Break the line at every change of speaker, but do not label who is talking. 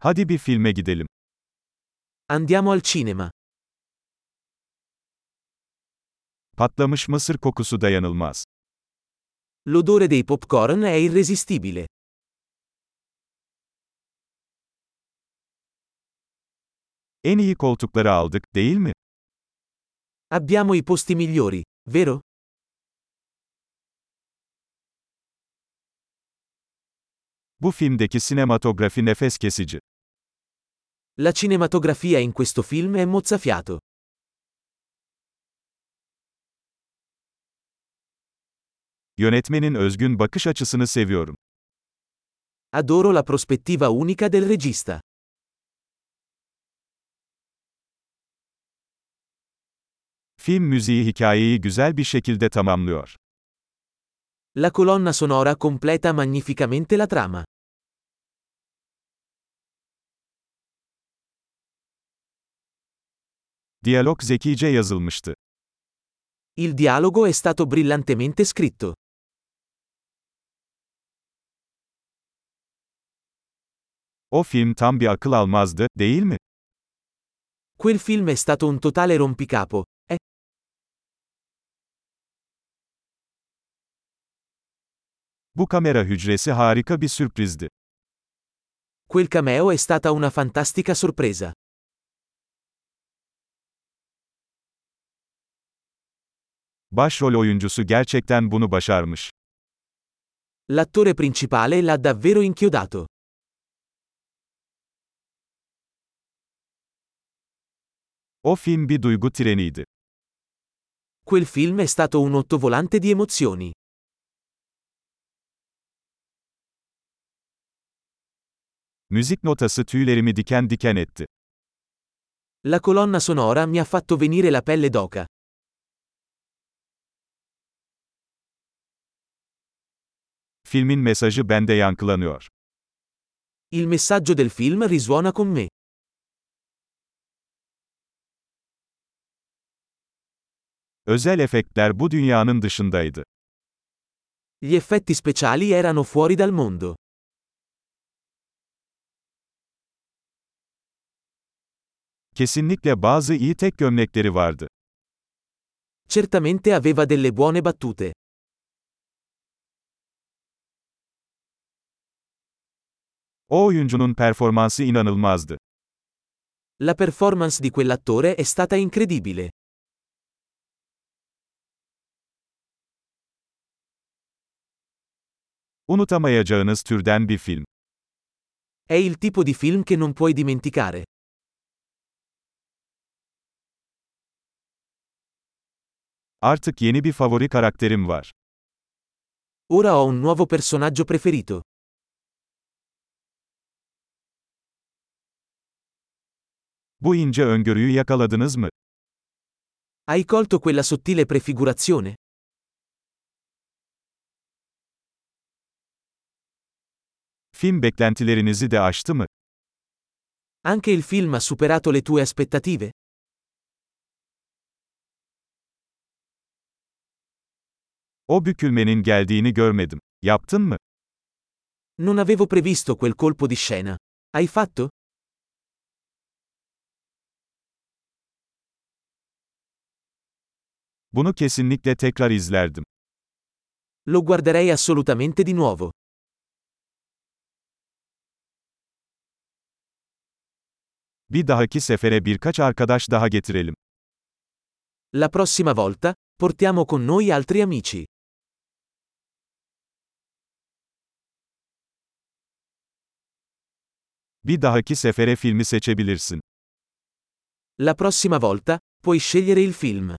Hadi bir filme gidelim.
Andiamo al cinema.
Patlamış mısır kokusu dayanılmaz.
L'odore dei popcorn è irresistibile.
En iyi koltukları aldık, değil mi?
Abbiamo i posti migliori, vero?
Bu filmdeki sinematografi nefes kesici.
La cinematografia in questo film è mozzafiato.
Yönetmenin özgün bakış açısını seviyorum.
Adoro la prospettiva unica del regista.
Film müziği hikayeyi güzel bir şekilde tamamlıyor.
La colonna sonora completa magnificamente la trama.
Diyalog zekice yazılmıştı.
Il dialogo è stato brillantemente scritto.
O film tam bir akıl almazdı, değil mi?
Quel film è stato un totale rompicapo, eh?
Bu kamera hücresi harika bir sürprizdi.
Quel cameo è stata una fantastica sorpresa.
Başrol oyuncusu gerçekten bunu başarmış.
L'attore principale l'ha davvero inchiodato.
O film bir duygu treniydi.
Quel film è stato un ottovolante di emozioni.
Müzik notası tüylerimi diken diken etti.
La colonna sonora mi ha fatto venire la pelle d'oca.
Filmin mesajı bende yankılanıyor.
Il messaggio del film risuona con me.
Özel efektler bu dünyanın dışındaydı.
Gli effetti speciali erano fuori dal mondo.
Kesinlikle bazı iyi tek gömlekleri vardı.
Certamente aveva delle buone battute.
O oyuncunun performansı inanılmazdı.
La performance di quell'attore è stata incredibile.
Unutamayacağınız türden bir film.
È il tipo di film che non puoi dimenticare.
Artık yeni bir favori karakterim var.
Ora ho un nuovo personaggio preferito.
Bu ince öngörüyü yakaladınız mı?
Hai colto quella sottile prefigurazione?
Film beklentilerinizi de aştı mı?
Anche il film ha superato le tue aspettative?
O bükülmenin geldiğini görmedim. Yaptın mı?
Non avevo previsto quel colpo di scena. Hai fatto?
Bunu kesinlikle tekrar izlerdim.
Lo guarderei assolutamente di nuovo.
Bir dahaki sefere birkaç arkadaş daha getirelim.
La prossima volta, portiamo con noi altri amici.
Bir dahaki sefere filmi seçebilirsin.
La prossima volta, puoi scegliere il film.